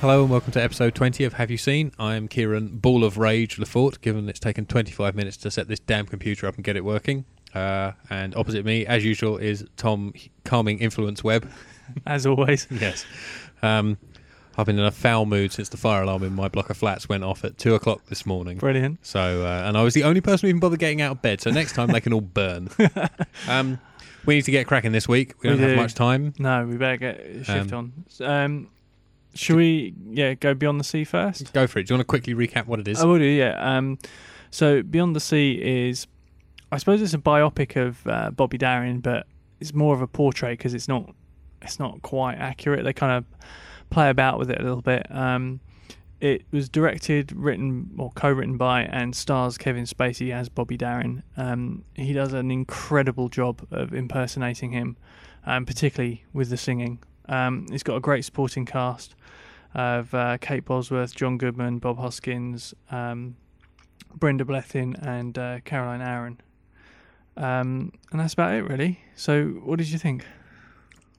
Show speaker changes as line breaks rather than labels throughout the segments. Hello and welcome to episode 20 of Have You Seen? I am Kieran Ball of Rage Lefort, given it's taken 25 minutes to set this damn computer up and get it working. Uh, and opposite me, as usual, is Tom Calming Influence Web.
as always.
Yes. Um, I've been in a foul mood since the fire alarm in my block of flats went off at 2 o'clock this morning.
Brilliant.
So, uh, and I was the only person who even bothered getting out of bed. So next time they can all burn. Um, we need to get cracking this week. We
We
don't have
do.
much time.
No, we better get a shift on. Um, should we, yeah, go Beyond the Sea first?
Go for it. Do you want to quickly recap what it is?
I will do, yeah. Um, so Beyond the Sea is, I suppose it's a biopic of uh, Bobby Darin, but it's more of a portrait because it's not, it's not quite accurate. They kind of play about with it a little bit. Um, it was directed, written, or co-written by, and stars Kevin Spacey as Bobby Darin. Um, he does an incredible job of impersonating him, um, particularly with the singing. Um, he's got a great supporting cast of uh, Kate Bosworth, John Goodman, Bob Hoskins, um, Brenda Blethyn, and uh, Caroline Aaron. Um, and that's about it, really. So, what did you think?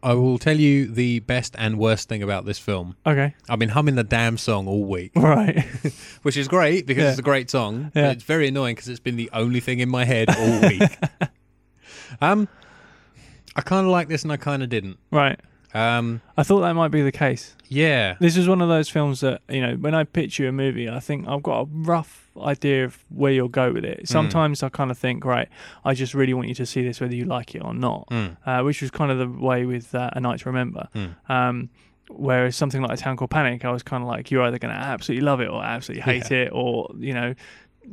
I will tell you the best and worst thing about this film.
Okay,
I've been humming the damn song all week,
right.
which is great because
Yeah.
it's a great song.
Yeah.
But it's very annoying because it's been the only thing in my head all week. um, I kind of like this and I kind of didn't.
right.
Um,
I thought that might be the case.
yeah,
This is one of those films that you know. When I pitch you a movie, I think I've got a rough idea of where you'll go with
Mm.
it. Sometimes I kind of think, right, I just really want you to see this, whether you like it or not.
Mm.
Uh, which was kind of the way with uh, A Night to Remember.
Mm.
Um, whereas something like A Town Called Panic, I was kind of like, you're either going to absolutely love it or absolutely hate it, or you know,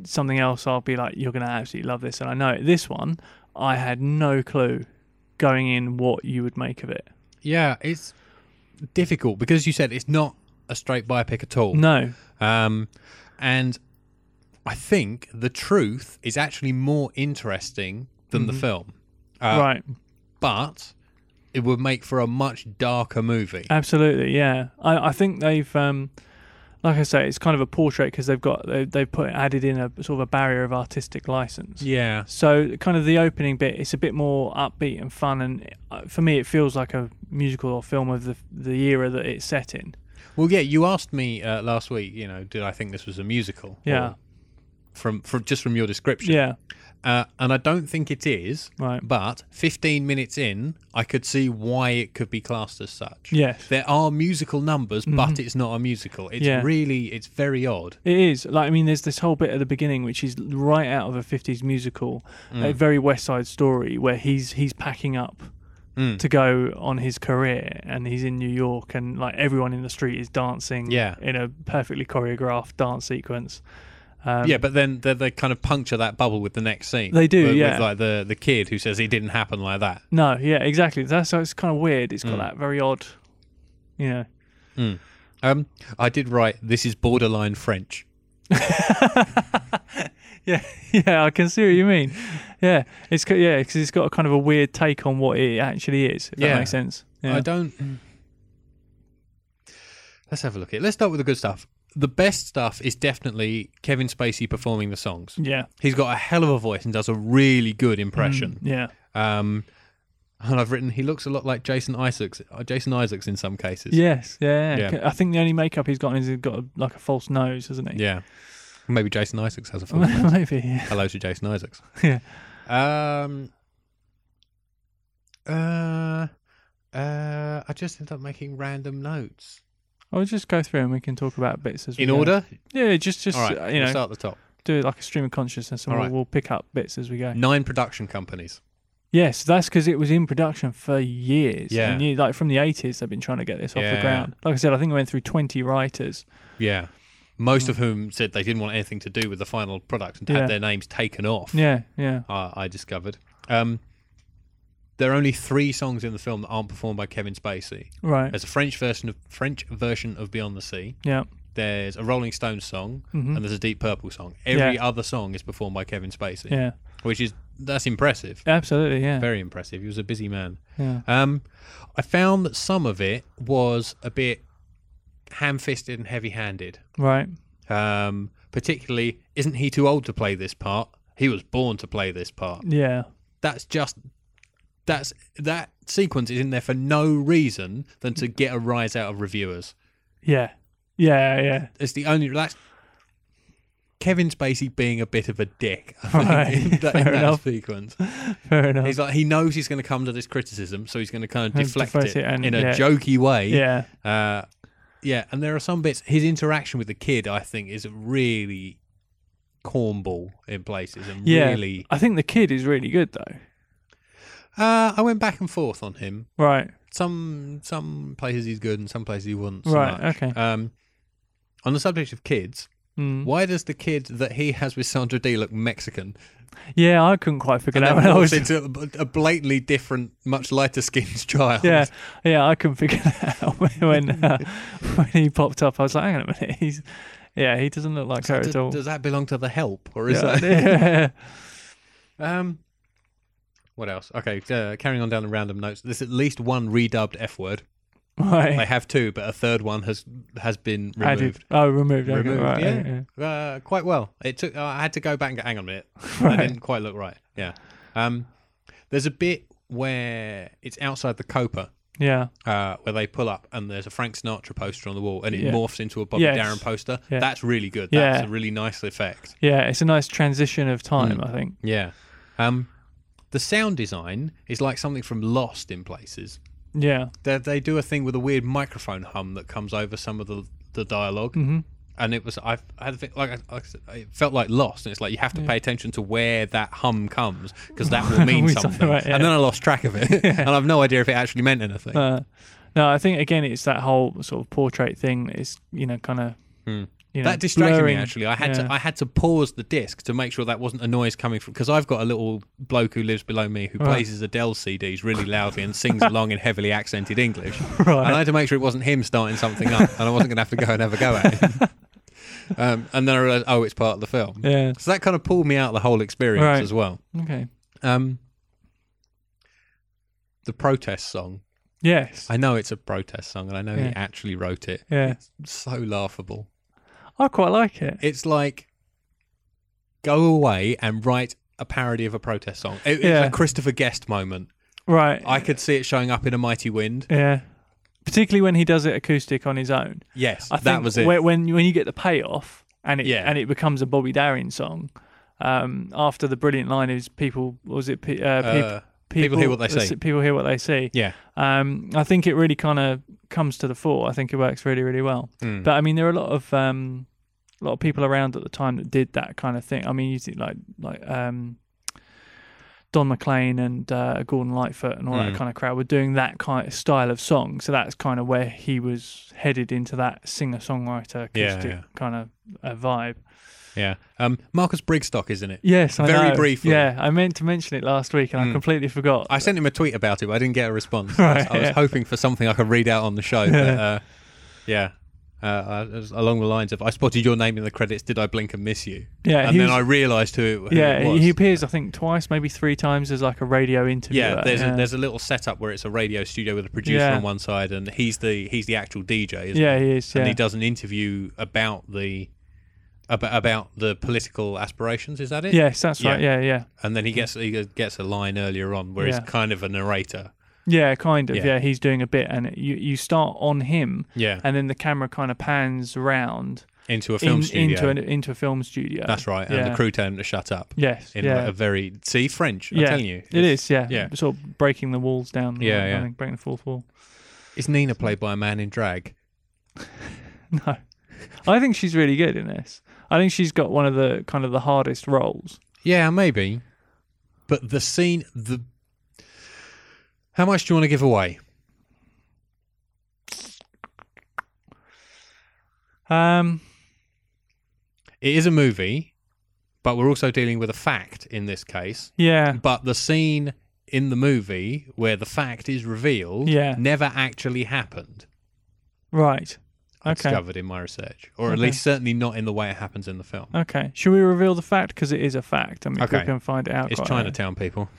something else. I'll be like, you're going to absolutely love this, and I know it. This one, I had no clue going in what you would make of it.
yeah, it's difficult because you said it's not a straight biopic at all.
No,
Um, and I think the truth is actually more interesting than
Mm-hmm.
the film. Uh,
right.
But it would make for a much darker movie.
Absolutely, yeah. I, I think they've, um, like I say, it's kind of a portrait because they've got they, they've put added in a sort of a barrier of artistic license.
yeah.
So kind of the opening bit, it's a bit more upbeat and fun, and uh, for me, it feels like a musical or film of the the era that it's set in.
Well, yeah. You asked me uh, last week. You know, did I think this was a musical?
Yeah,
Or From from just from your description.
yeah,
Uh, and I don't think it is.
right,
But 15 minutes in, I could see why it could be classed as such.
yes.
There are musical numbers, but it's not a musical. It's
Mm-hmm. Yeah.
really, it's very odd.
It is like I mean, there's this whole bit at the beginning which is right out of a '50s musical, a very West Side Story, where he's he's packing up
Mm.
to go on his career, and he's in New York, and like everyone in the street is dancing,
Yeah.
in a perfectly choreographed dance sequence. Um,
yeah, but then they, they kind of puncture that bubble with the next scene.
They do,
with,
yeah.
With like the, the kid who says it didn't happen like that.
No, yeah, exactly. That's so it's kind of weird. It's
Mm.
got that very odd, you know.
Um, I did write, this is borderline French.
Yeah, yeah, I can see what you mean. Yeah, it's co- yeah, because it's got a kind of a weird take on what it actually is. If
Yeah.
that makes sense. Yeah.
I don't. Let's have a look at it. Let's start with the good stuff. The best stuff is definitely Kevin Spacey performing the songs.
yeah, Mm,
He's got a hell of a voice and does a really good impression.
yeah,
Um, and I've written he looks a lot like Jason Isaacs. uh, Jason Isaacs in some cases.
yes, yeah, yeah.
Yeah.
I think the only makeup he's got is he's got a, like a false nose, hasn't he?
Yeah. Maybe Jason Isaacs has a full name.
Yeah, maybe. Yeah.
Hello to Jason Isaacs.
Yeah.
Um. Uh. Uh. I just end up making random notes
I'll just go through and we can talk about bits as we
in
go.
order.
Yeah, just just
All right.
uh, you
we'll
know
start at the top.
do it like a stream of consciousness, and
All
we'll,
right.
we'll pick up bits as we go.
Nine production companies.
Yes, that's because it was in production for years.
Yeah.
And you, like from the 80s, they've been trying to get this off
Yeah.
the ground. Like I said, I think it went through 20 writers.
Yeah. Most of whom said they didn't want anything to do with the final product and
Hmm. Yeah.
had their names taken off.
Yeah, yeah.
I, I discovered. Um. There are only three songs in the film that aren't performed by Kevin Spacey.
Right.
There's a French version of French version of Beyond the Sea.
Yeah.
There's a Rolling Stones song
Mhm.
and there's a Deep Purple song. Every
Yeah.
other song is performed by Kevin Spacey.
Yeah.
which is that's impressive.
Absolutely. Yeah.
Very impressive. He was a busy man.
Yeah.
Um, I found that some of it was a bit ham-fisted and heavy-handed.
Right.
Um, particularly, isn't he too old to play this part? He was born to play this part.
Yeah.
That's just that's that sequence is in there for no reason than to get a rise out of reviewers.
Yeah. Yeah, yeah.
It's the only that's Kevin Spacey being a bit of a dick I think,
Right.
in that, in
Fair
that
enough.
sequence.
Fair enough.
He's like he knows he's going to come to this criticism, so he's going to kind of
And
deflect
deflect
it,
it and-
in a
yeah.
jokey way.
yeah.
Uh, yeah, and there are some bits. His interaction with the kid, I think, is really cornball in places, and
Yeah.
really.
I think the kid is really good though.
Uh, I went back and forth on him.
Right.
Some some places he's good, and some places he wasn't. So
Right.
much.
Okay.
Um, on the subject of kids,
Mm.
why does the kid that he has with Sandra D look Mexican?
Yeah, I couldn't quite figure
Uh, And
that
then
one out.
walks into a- a blatantly different, much lighter skinned child.
Yeah, yeah, I couldn't figure that out when when, uh, when he popped up. I was like, hang on a minute, he's yeah, he doesn't look like her
Does,
at all.
does that belong to the help, or is
Yeah,
that?
yeah.
Um, what else? Okay, uh, carrying on down the random notes. There's at least one redubbed F word. They
right.
have two, but a third one has has been
Added.
removed.
Oh, removed. okay,
Removed.
right,
yeah,
yeah.
Uh, quite well. It took. uh, I had to go back and go, hang on a minute.
Right.
I didn't quite look right. Yeah. Um, there's a bit where it's outside the Copa.
Yeah.
Uh, where they pull up and there's a Frank Sinatra poster on the wall and it
Yeah.
morphs into a Bobby
Yes.
Darin poster.
Yeah.
That's really good. That's
Yeah.
a really nice effect.
Yeah, it's a nice transition of time,
Hmm.
I think.
Yeah. Um, the sound design is like something from Lost in places.
Yeah.
they, they do a thing with a weird microphone hum that comes over some of the the dialog and it was I, I had a thing, like, I, like I said, it felt like lost and it's like you have to pay attention to where that hum comes because that will mean
Always
something
right, yeah.
and then I lost track of it and I've no idea if it actually meant anything
Uh, no, I think again it's that whole sort of portrait thing. It's you know kind of you know
Hmm. that distracted
blurring.
me actually I had
yeah.
to I had to pause the disc to make sure that wasn't a noise coming from because I've got a little bloke who lives below me who plays his Adele CDs really loudly and sings along in heavily accented English and I had to make sure it wasn't him starting something up, and I wasn't going to have to go and have a go at him. Um, and then I realised, oh, it's part of the film.
Yeah.
So that kind of pulled me out of the whole experience
Right.
as well.
Okay.
Um, the protest song.
Yes.
I know it's a protest song, and I know
Yeah.
he actually wrote it.
yeah.
So laughable.
I quite like it.
It's like go away and write a parody of a protest song. It-
Yeah.
It's a Christopher Guest moment.
Right.
I could see it showing up in A Mighty Wind.
yeah. Particularly when he does it acoustic on his own.
Yes,
I
that
think
was it.
When, when when you get the payoff and it
Yeah.
and it becomes a Bobby Darin song, um, after the brilliant line is people what was it pe- uh, pe-
Uh, people hear what they see.
People hear what they see.
yeah.
Um, I think it really kind of comes to the fore. I think it works really really well.
Hmm.
But I mean, there are a lot of um, a lot of people around at the time that did that kind of thing. I mean, you see like like um. Don McLean and uh, Gordon Lightfoot and all
Hmm.
that kind of crowd were doing that kind of style of song. So that's kind of where he was headed into that singer songwriter
Yeah,
acoustic
yeah.
kind of uh, vibe.
Yeah. Um, Marcus Brigstock is in it.
Yes, I
Very
know.
briefly. Hmm.
Yeah, I meant to mention it last week and I completely forgot.
I sent him a tweet about it, but I didn't get a response. I was,
Right,
I was
yeah.
hoping for something I could read out on the show. But, uh, yeah. Uh, uh, it was along the lines of, I spotted your name in the credits. Did I blink and miss you?
Yeah,
and
he
then
was-
I realised who, it- who
yeah,
it was.
he appears I think twice, maybe three times as like a radio interview.
yeah, there's a there's a little setup where it's a radio studio with a producer
Yeah.
on one side, and he's the he's the actual DJ. Isn't
yeah,
he?
he is.
and
Yeah,
he does an interview about the about, about the political aspirations. Is that it?
yes, that's right.
Yeah.
Yeah, yeah,
And then he gets he gets a line earlier on where
Yeah.
he's kind of a narrator.
yeah, kind of.
Yeah.
Yeah. he's doing a bit, and you you start on him,
Yeah.
and then the camera kind of pans round
into a film
in-
studio.
into an, into a film studio.
That's right. And the
Yeah.
crew tell him to shut up.
Yes,
In
yeah.
like a very see French. I'm
yeah,
telling you,
it is. Yeah,
yeah.
Sort of breaking the walls down.
Yeah,
I
yeah.
think, breaking the fourth wall.
Is Nina played by a man in drag?
No, I think she's really good in this. I think she's got one of the kind of the hardest roles.
Yeah, maybe. But the scene, the how much do you want to give away?
Um,
It is a movie, but we're also dealing with a fact in this case.
yeah,
But the scene in the movie where the fact is revealed
Yeah.
never actually happened.
right.
I
Okay.
discovered in my research, or at
Okay.
least certainly not in the way it happens in the film.
Okay. Should we reveal the fact because it is a fact? I mean,
Okay.
people can find it out.
it's
quite
Chinatown, people.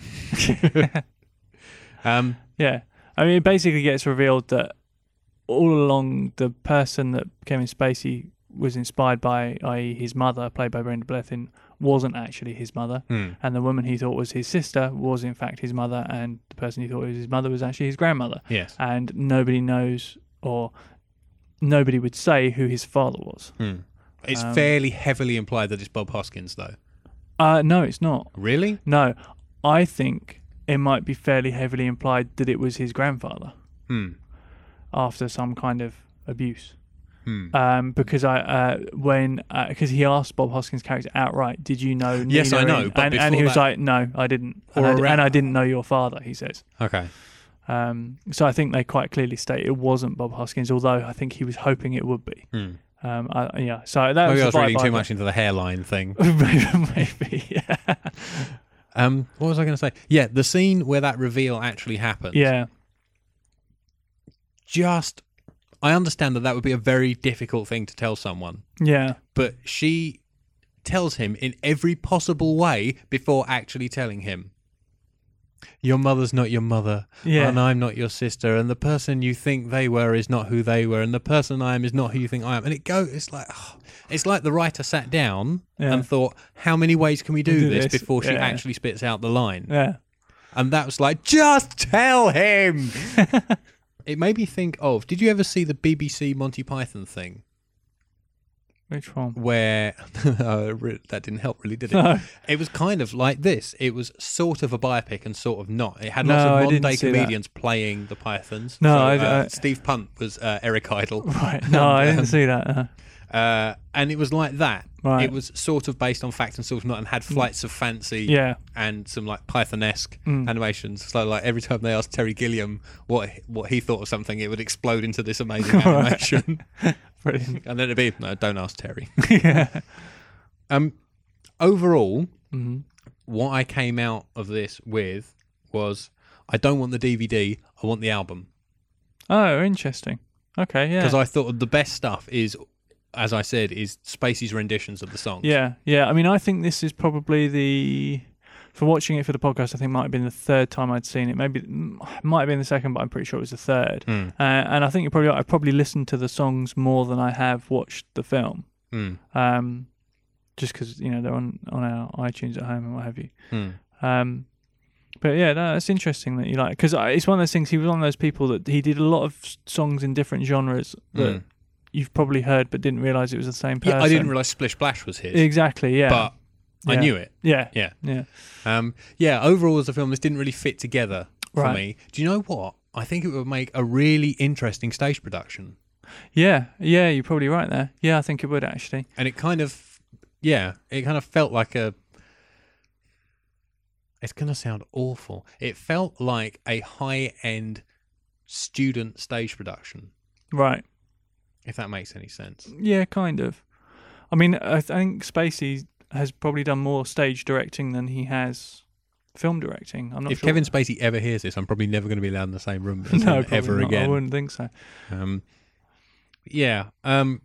um,
Yeah. I mean, it basically gets revealed that all along the person that Kevin Spacey was inspired by, i.e., his mother, played by Brenda Blethyn, wasn't actually his mother.
Hmm.
And the woman he thought was his sister was, in fact, his mother. And the person he thought was his mother was actually his grandmother.
yes.
And nobody knows, or nobody would say who his father was.
Hmm. It's
Um,
fairly heavily implied that it's Bob Hoskins, though.
Uh, no, it's not.
Really?
No, I think it might be fairly heavily implied that it was his grandfather
Hmm.
after some kind of abuse.
Hmm.
Um, because I uh, when because he asked Bob Hoskins' character outright, "Did you know?"
Yes,
Nina
I know,
In-"
but
and, and he
before
was
that-
like, "No, I didn't," and
Or
I, di- and I
around-
didn't know your father. He says.
Okay.
Um, so I think they quite clearly state it wasn't Bob Hoskins, although I think he was hoping it would be.
Hmm.
Um, I, yeah, so that
Maybe I
was the
was
vibe
reading
I
too
got.
much into the hairline thing.
maybe, yeah.
Um, what was I going to say? Yeah, the scene where that reveal actually happens.
yeah,
Just, I understand that that would be a very difficult thing to tell someone,
yeah,
but she tells him in every possible way before actually telling him. Your mother's not your mother,
Yeah.
and I'm not your sister, and the person you think they were is not who they were, and the person I am is not who you think I am. And it goes, it's like, it's like the writer sat down
Yeah.
and thought, how many ways can we do,
Do
this,
this,
before she
yeah.
actually spits out the line?
yeah,
And that was like, just tell him. it made me think of did you ever see the BBC Monty Python thing
Which one?
where uh, re- that didn't help, really, did it?
No.
It was kind of like this it was sort of a biopic and sort of not. It had lots
No, I
of modern
didn't
day
see that.
comedians playing the Pythons.
No,
So,
I-
uh,
I-
Steve Punt was uh, Eric Idle.
Right. No, I didn't see that. Uh,
Uh, and it was like that.
Right. Mm.
It was sort of based on fact and sort of not, and had flights of fancy
yeah.
and some like Python-esque
Mm.
animations. So like every time they asked Terry Gilliam what what he thought of something, it would explode into this amazing animation,
Brilliant.
and then it'd be no, don't ask Terry.
yeah.
um, overall,
hmm
what I came out of this with was I don't want the DVD, I want the album
Oh, interesting. Okay. Yeah.
because I thought the best stuff is, as I said, is Spacey's renditions of the song.
yeah. Yeah. I mean, I think this is probably the for watching it for the podcast. I think it might have been the third time I'd seen it. Maybe mm, might have been the second, but I'm pretty sure it was the third.
Mm.
Uh, and I think you probably I probably listened to the songs more than I have watched the film.
Mm.
Um, just because you know they're on on our iTunes at home and what have you.
Mm.
Um, but yeah, no, that's interesting that you like because it's one of those things. He was one of those people that he did a lot of s- songs in different genres that
Mm.
you've probably heard but didn't realize it was the same person.
Yeah, I didn't realize Splish Splash was his,
exactly. Yeah,
but I
Yeah.
knew it.
yeah,
Yeah.
yeah,
Um, yeah, overall as a film, this didn't really fit together for
Right.
me. Do you know what? I think it would make a really interesting stage production,
yeah, yeah. You're probably right there. Yeah, I think it would actually.
and it kind of, yeah, it kind of felt like a. It's gonna sound awful. It felt like a high-end student stage production,
Right.
if that makes any sense.
Yeah, kind of. I mean, I think Spacey has probably done more stage directing than he has film directing. I'm not
if
sure.
Kevin Spacey ever hears this, I'm probably never going to be allowed in the same room as
no,
him
probably
ever
not. I
again.
wouldn't think so.
Um, yeah, um,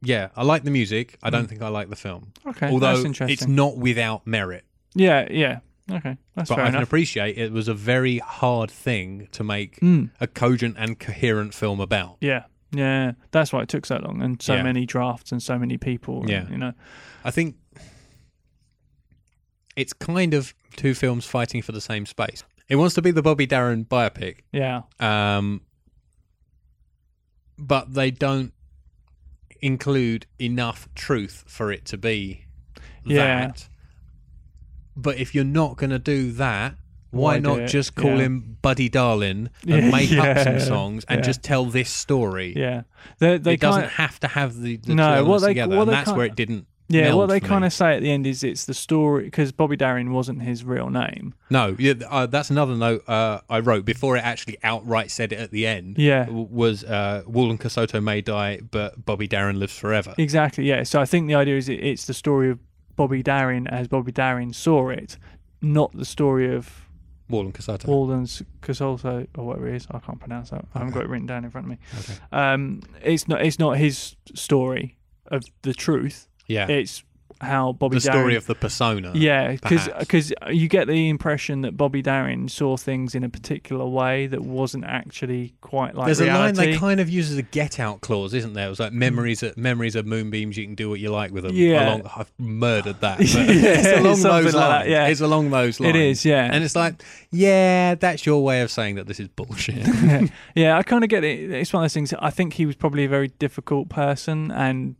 yeah. I like the music. I
Mm.
don't think I like the film.
Okay,
Although
that's interesting.
it's not without merit,
yeah, yeah. Okay, that's
but
fair
I can
enough.
appreciate it was a very hard thing to make
Mm.
a cogent and coherent film about.
Yeah, yeah. That's why it took so long and so
Yeah.
many drafts and so many people. and,
Yeah.
you know.
I think it's kind of two films fighting for the same space. It wants to be the Bobby Darren biopic,
Yeah,
um, but they don't include enough truth for it to be
Yeah.
that. But if you're not going to do that, why,
Why do
not
it?
just call
Yeah.
him Buddy Darling and
Yeah.
make up some
Yeah.
songs and
Yeah.
just tell this story?
yeah. They they
it doesn't
kind
have to have the, the
No,
two
what
elements
they-
together,
what
and
they
that's
can't-
where it didn't.
yeah. What
meld
they
for
kind
me.
of say at the end is it's the story because Bobby Darin wasn't his real name.
No, yeah, th- uh, that's another note uh, I wrote before it actually outright said it at the end.
Yeah.
w- was uh, Wool and Casoto may die, but Bobby Darren lives forever.
Exactly. Yeah. So I think the idea is it, it's the story of Bobby Darin as Bobby Darin saw it, not the story of
Wool and Casoto.
Walden's Casolso or whatever it is. I can't pronounce that. I haven't got it written down in front of me. Um, it's not. It's not his story of the truth.
yeah,
It's how Bobby
the story
Darin-
of the persona.
yeah,
perhaps.
because you get the impression that Bobby Darin saw things in a particular way that wasn't actually quite like
There's
reality.
a line they kind of use as a get out clause, isn't there? It was like memories are, memories are moonbeams. You can do what you like with them.
Mm. Yeah.
Along, I've murdered that. but
Yeah,
it's along
something
those lines.
like that, yeah.
It's along those lines.
It is, yeah.
And it's like, yeah, that's your way of saying that this is bullshit.
yeah, I kind of get it. It's one of those things. I think he was probably a very difficult person and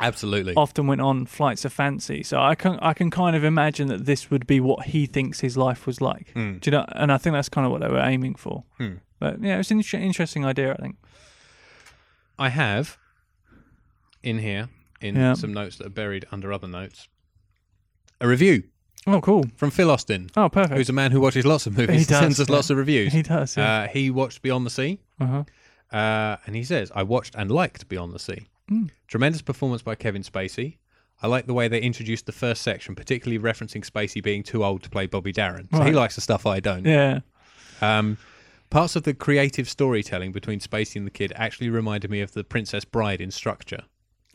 Absolutely.
often went on flights of fancy. So I can I can kind of imagine that this would be what he thinks his life was like.
Hmm.
Do you know? And I think that's kind of what they were aiming for. But yeah, it's an inter- interesting idea. I think.
I have in here, in
Yeah.
some notes that are buried under other notes, a review
Oh, cool.
from Phil Austin,
Oh, perfect.
who's a man who watches lots of movies
He
and sends
does,
us lots
yeah.
of reviews.
he does. Yeah.
Uh, he watched Beyond the Sea.
uh-huh.
Uh, and he says, I watched and liked Beyond the Sea.
Hmm.
Tremendous performance by Kevin Spacey. I like the way they introduced the first section, particularly referencing Spacey being too old to play Bobby Darren. So he
Right.
likes the stuff I don't.
Yeah.
Um, parts of the creative storytelling between Spacey and the kid actually reminded me of the Princess Bride in structure.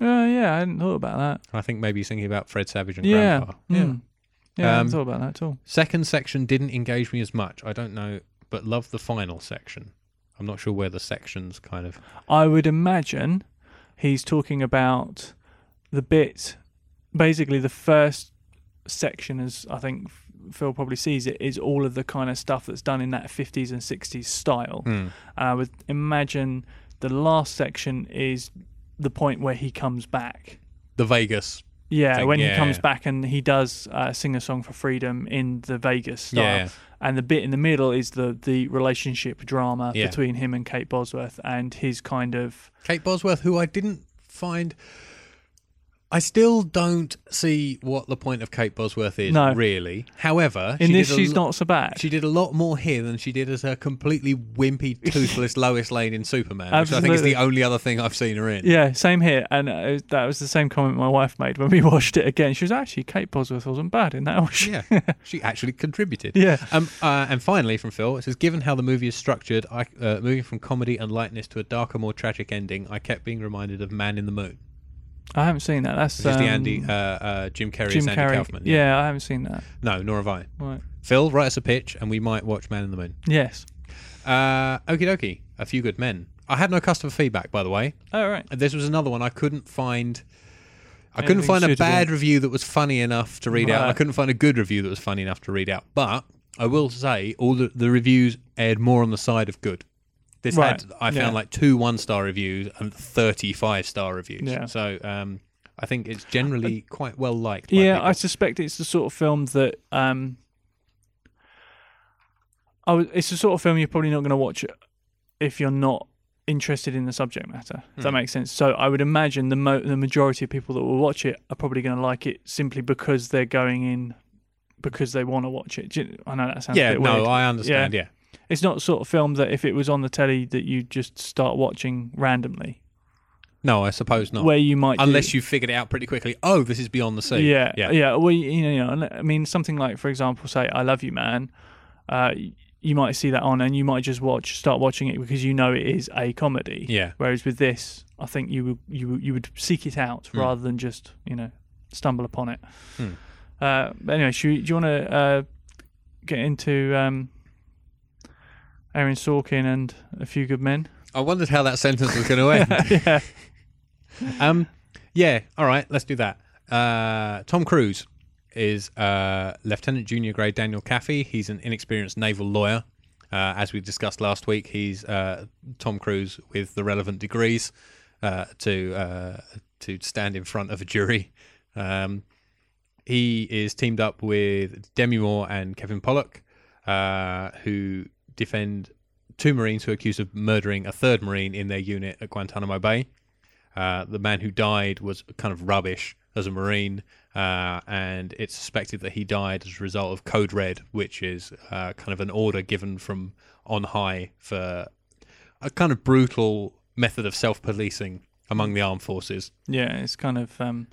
Uh, yeah, I hadn't thought about that.
I think maybe he's thinking about Fred Savage and
Yeah.
Grandpa.
Hmm. Yeah, I hadn't
Um,
thought about that at all.
Second section didn't engage me as much. I don't know, but love the final section. I'm not sure where the sections kind of.
I would imagine he's talking about the bit, basically the first section, as I think Phil probably sees it, is all of the kind of stuff that's done in that 50s and 60s style.
Hmm.
And I would imagine the last section is the point where he comes back.
The Vegas
Yeah,
Thing,
when
yeah,
he comes
yeah.
back and he does uh, sing a song for freedom in the Vegas style,
Yeah.
and the bit in the middle is the the relationship drama
Yeah.
between him and Kate Bosworth and his kind of
Kate Bosworth, who I didn't find. I still don't see what the point of Kate Bosworth is,
No.
really. However,
in
she
this
did a
she's
lo-
not so bad.
She did a lot more here than she did as her completely wimpy, toothless Lois Lane in Superman, which I think is
Absolutely.
the only other thing I've seen her in.
yeah, same here, and uh, that was the same comment my wife made when we watched it again. She was actually Kate Bosworth wasn't bad in that. Was she?
Yeah, she actually contributed.
Yeah.
Um, uh, and finally, from Phil, it says, given how the movie is structured, I, uh, moving from comedy and lightness to a darker, more tragic ending, I kept being reminded of Man in the Moon,
I haven't seen that. That's
which is the
um,
Andy uh, uh, Jim Carrey
Jim
as Andy
Carrey.
Kaufman.
yeah. I haven't seen that.
No, nor have I.
Right.
Phil, write us a pitch, and we might watch Man in the Moon.
Yes.
Uh, Okie dokie, a few good men. I had no customer feedback, by the way.
All right.
This was another one I couldn't find. I couldn't
Anything
find a
suitable.
bad review that was funny enough to read out.
Right.
I couldn't find a good review that was funny enough to read out. But I will say, all the, the reviews aired more on the side of good. This
Right,
had I found
yeah.
like two one star reviews and thirty five star reviews.
Yeah. Uh,
So um, I think it's generally quite well liked. by
Yeah,
people.
I suspect it's the sort of film that um, I was, it's the sort of film you're probably not going to watch if you're not interested in the subject matter. If
Hmm.
that makes sense. So I would imagine the mo- the majority of people that will watch it are probably going to like it simply because they're going in because they want to watch it. Do you- I know that sounds a
yeah.
bit
No,
weird.
I understand. yeah.
it's not the sort of film that if it was on the telly that you just start watching randomly,
No, I suppose not.
where you might do-
unless you figured it out pretty quickly. Oh, this is beyond the sea.
Yeah,
yeah,
yeah, Well, you you know, you know, I mean, something like, for example, say "I Love You, Man." Uh, y- you might see that on, and you might just watch, start watching it because you know it is a comedy.
Yeah.
Whereas with this, I think you would- you would- you would seek it out
Hmm.
rather than just you know stumble upon it. Uh, but anyway, should, we- do you want to uh, get into um, Aaron Sorkin and A Few Good Men?
I wondered how that sentence was going to end.
yeah.
um, yeah. All right, let's do that. Uh, Tom Cruise is uh, Lieutenant Junior Grade Daniel Caffey. He's an inexperienced naval lawyer. Uh, as we discussed last week, he's uh, Tom Cruise with the relevant degrees uh, to uh, to stand in front of a jury. Um, he is teamed up with Demi Moore and Kevin Pollock, uh, who defend two Marines who are accused of murdering a third Marine in their unit at Guantanamo Bay. Uh, the man who died was kind of rubbish as a Marine, uh, and it's suspected that he died as a result of Code Red, which is uh, kind of an order given from on high for a kind of brutal method of self policing among the armed forces.
Yeah, it's kind of um,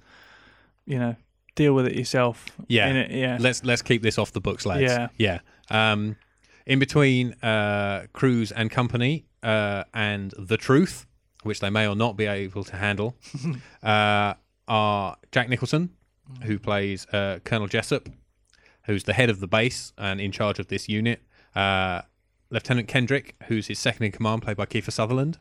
you know deal with it yourself.
Yeah.
In it, yeah.
let's let's keep this off the books, lads.
Yeah.
yeah. Um, in between uh, Cruise and Company uh, and The Truth, which they may or not be able to handle, uh, are Jack Nicholson, who plays uh, Colonel Jessup, who's the head of the base and in charge of this unit. Uh, Lieutenant Kendrick, who's his second in command, played by Kiefer Sutherland,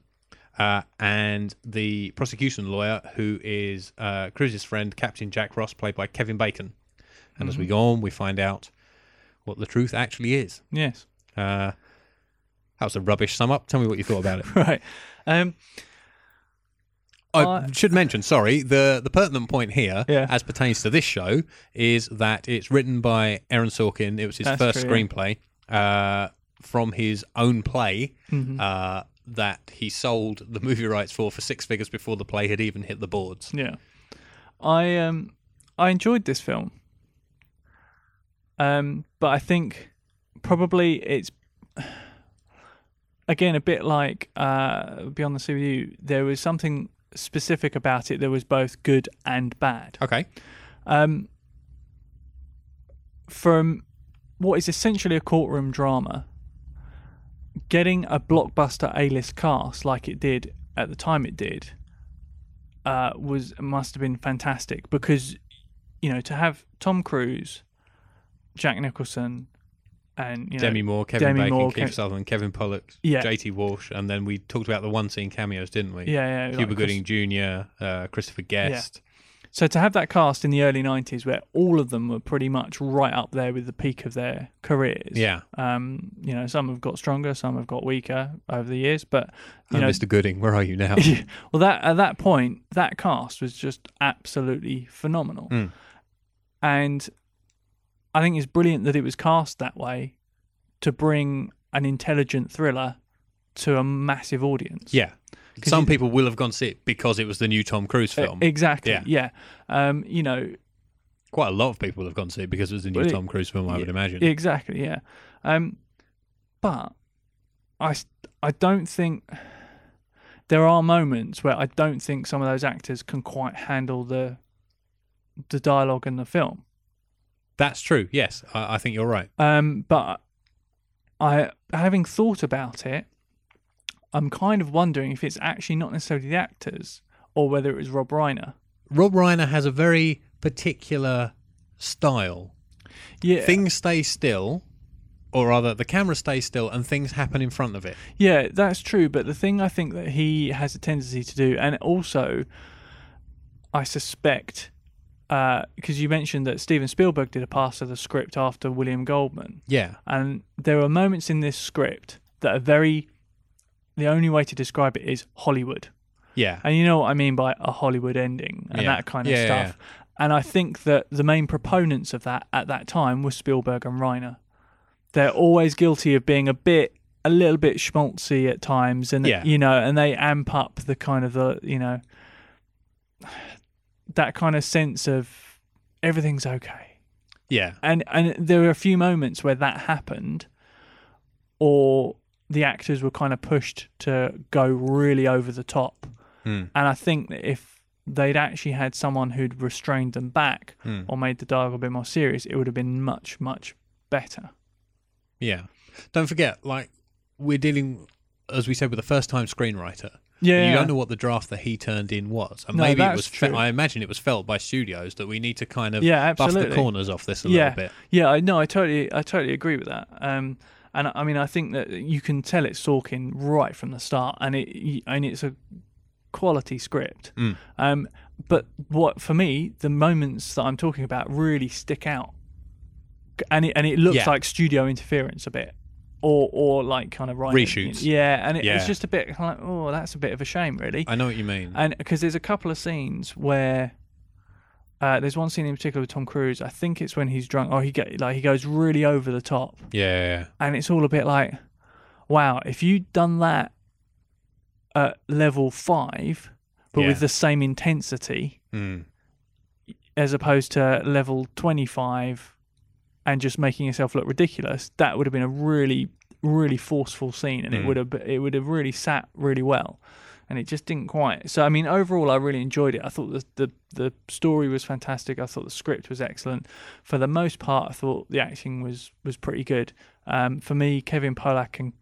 uh, and the prosecution lawyer, who is uh, Cruz's friend, Captain Jack Ross, played by Kevin Bacon. And as we go on, we find out what the truth actually is.
Yes.
Uh, that was a rubbish sum up. Tell me what you thought about it.
Right. Um,
I
I-
should mention, sorry, the the pertinent point here,
Yeah.
as pertains to this show, is that it's written by Aaron Sorkin. It was his
That's
first
true, yeah.
screenplay uh, from his own play
Mm-hmm.
uh, that he sold the movie rights for for six figures before the play had even hit the boards.
yeah. I um I enjoyed this film. Um, but I think probably it's again a bit like uh Beyond the CBU. There was something specific about it that was both good and bad.
Okay,
um, from what is essentially a courtroom drama, getting a blockbuster A-list cast like it did at the time it did uh, was must have been fantastic because you know to have Tom Cruise, Jack Nicholson, and you know
Demi Moore, Kevin
Demi
Bacon,
Moore,
Keith
Kev-
Sutherland, Kevin Pollock,
Yeah.
J.T. Walsh, and then we talked about the one scene cameos, didn't we?
yeah, yeah
Cuba
like Chris-
Gooding Jr., uh, Christopher Guest.
So to have that cast in the early '90s, where all of them were pretty much right up there with the peak of their careers,
Yeah,
Um, you know, some have got stronger, some have got weaker over the years, but you
Oh,
know,
Mr. Gooding, where are you now?
well, that at that point, that cast was just absolutely phenomenal,
Mm.
and I think it's brilliant that it was cast that way to bring an intelligent thriller to a massive audience.
Yeah.
'Cause
Some
you-
people will have gone to see it because it was the new Tom Cruise
E-
film.
exactly.
Yeah.
Yeah, um, you know,
Quite a lot of people have gone to see it because it was the new
Well, it-
Tom Cruise film, I
yeah,
would imagine.
Exactly, yeah. Um, but I, s- I don't think there are moments where I don't think some of those actors can quite handle the the dialogue in the film.
That's true. Yes, I, I think you're right.
Um, but I, having thought about it, I'm kind of wondering if it's actually not necessarily the actors or whether it was Rob Reiner.
Rob Reiner has a very particular style.
Yeah,
Things stay still, or rather, the camera stays still and things happen in front of it.
Yeah, that's true. But the thing I think that he has a tendency to do, and also, I suspect, because you mentioned that Steven Spielberg did a pass of the script after William Goldman,
Yeah.
and there are moments in this script that are very. The only way to describe it is Hollywood.
Yeah.
And you know what I mean by a Hollywood ending and
Yeah.
that kind of
Yeah, yeah,
stuff. And I think that the main proponents of that at that time were Spielberg and Reiner. They're always guilty of being a bit, a little bit schmaltzy at times, and
Yeah.
you know, and they amp up the kind of the, you know, that kind of sense of everything's okay
Yeah.
and and there were a few moments where that happened or the actors were kind of pushed to go really over the top
Hmm.
and i think that if they'd actually had someone who'd restrained them back
Hmm.
or made the dialogue a bit more serious it would have been much much better
Yeah. Don't forget, like, we're dealing, as we said, with a first time screenwriter.
yeah
You don't know what the draft that he turned in was, and
No,
maybe it
that's
was. Fe-
true.
I imagine it was felt by studios that we need to kind of
Yeah,
buff the
absolutely.
corners off this a
yeah
little bit.
yeah i no i totally i totally agree with that um and i mean i think that you can tell it's sorkin right from the start and it and it's a quality script
Mm.
Um, but what for me, the moments that I'm talking about really stick out, and it and it looks
Yeah.
like studio interference a bit, or or like kind of right
Reshoots.
Yeah, and it,
Yeah.
it's just a bit like oh, that's a bit of a shame, really.
I know what you mean.
And because there's a couple of scenes where. Uh, there's one scene in particular with Tom Cruise. I think it's when he's drunk, or he get like he goes really over the top,
yeah,
and it's all a bit like, wow, if you'd done that at level five, but
Yeah.
with the same intensity
Mm.
as opposed to level 25 and just making yourself look ridiculous, that would have been a really, really forceful scene and it
Mm.
would have it would have really sat really well. And it just didn't quite. So I mean, overall, I really enjoyed it. I thought the, the the story was fantastic. I thought the script was excellent. For the most part, I thought the acting was was pretty good. Um, for me, Kevin Pollack and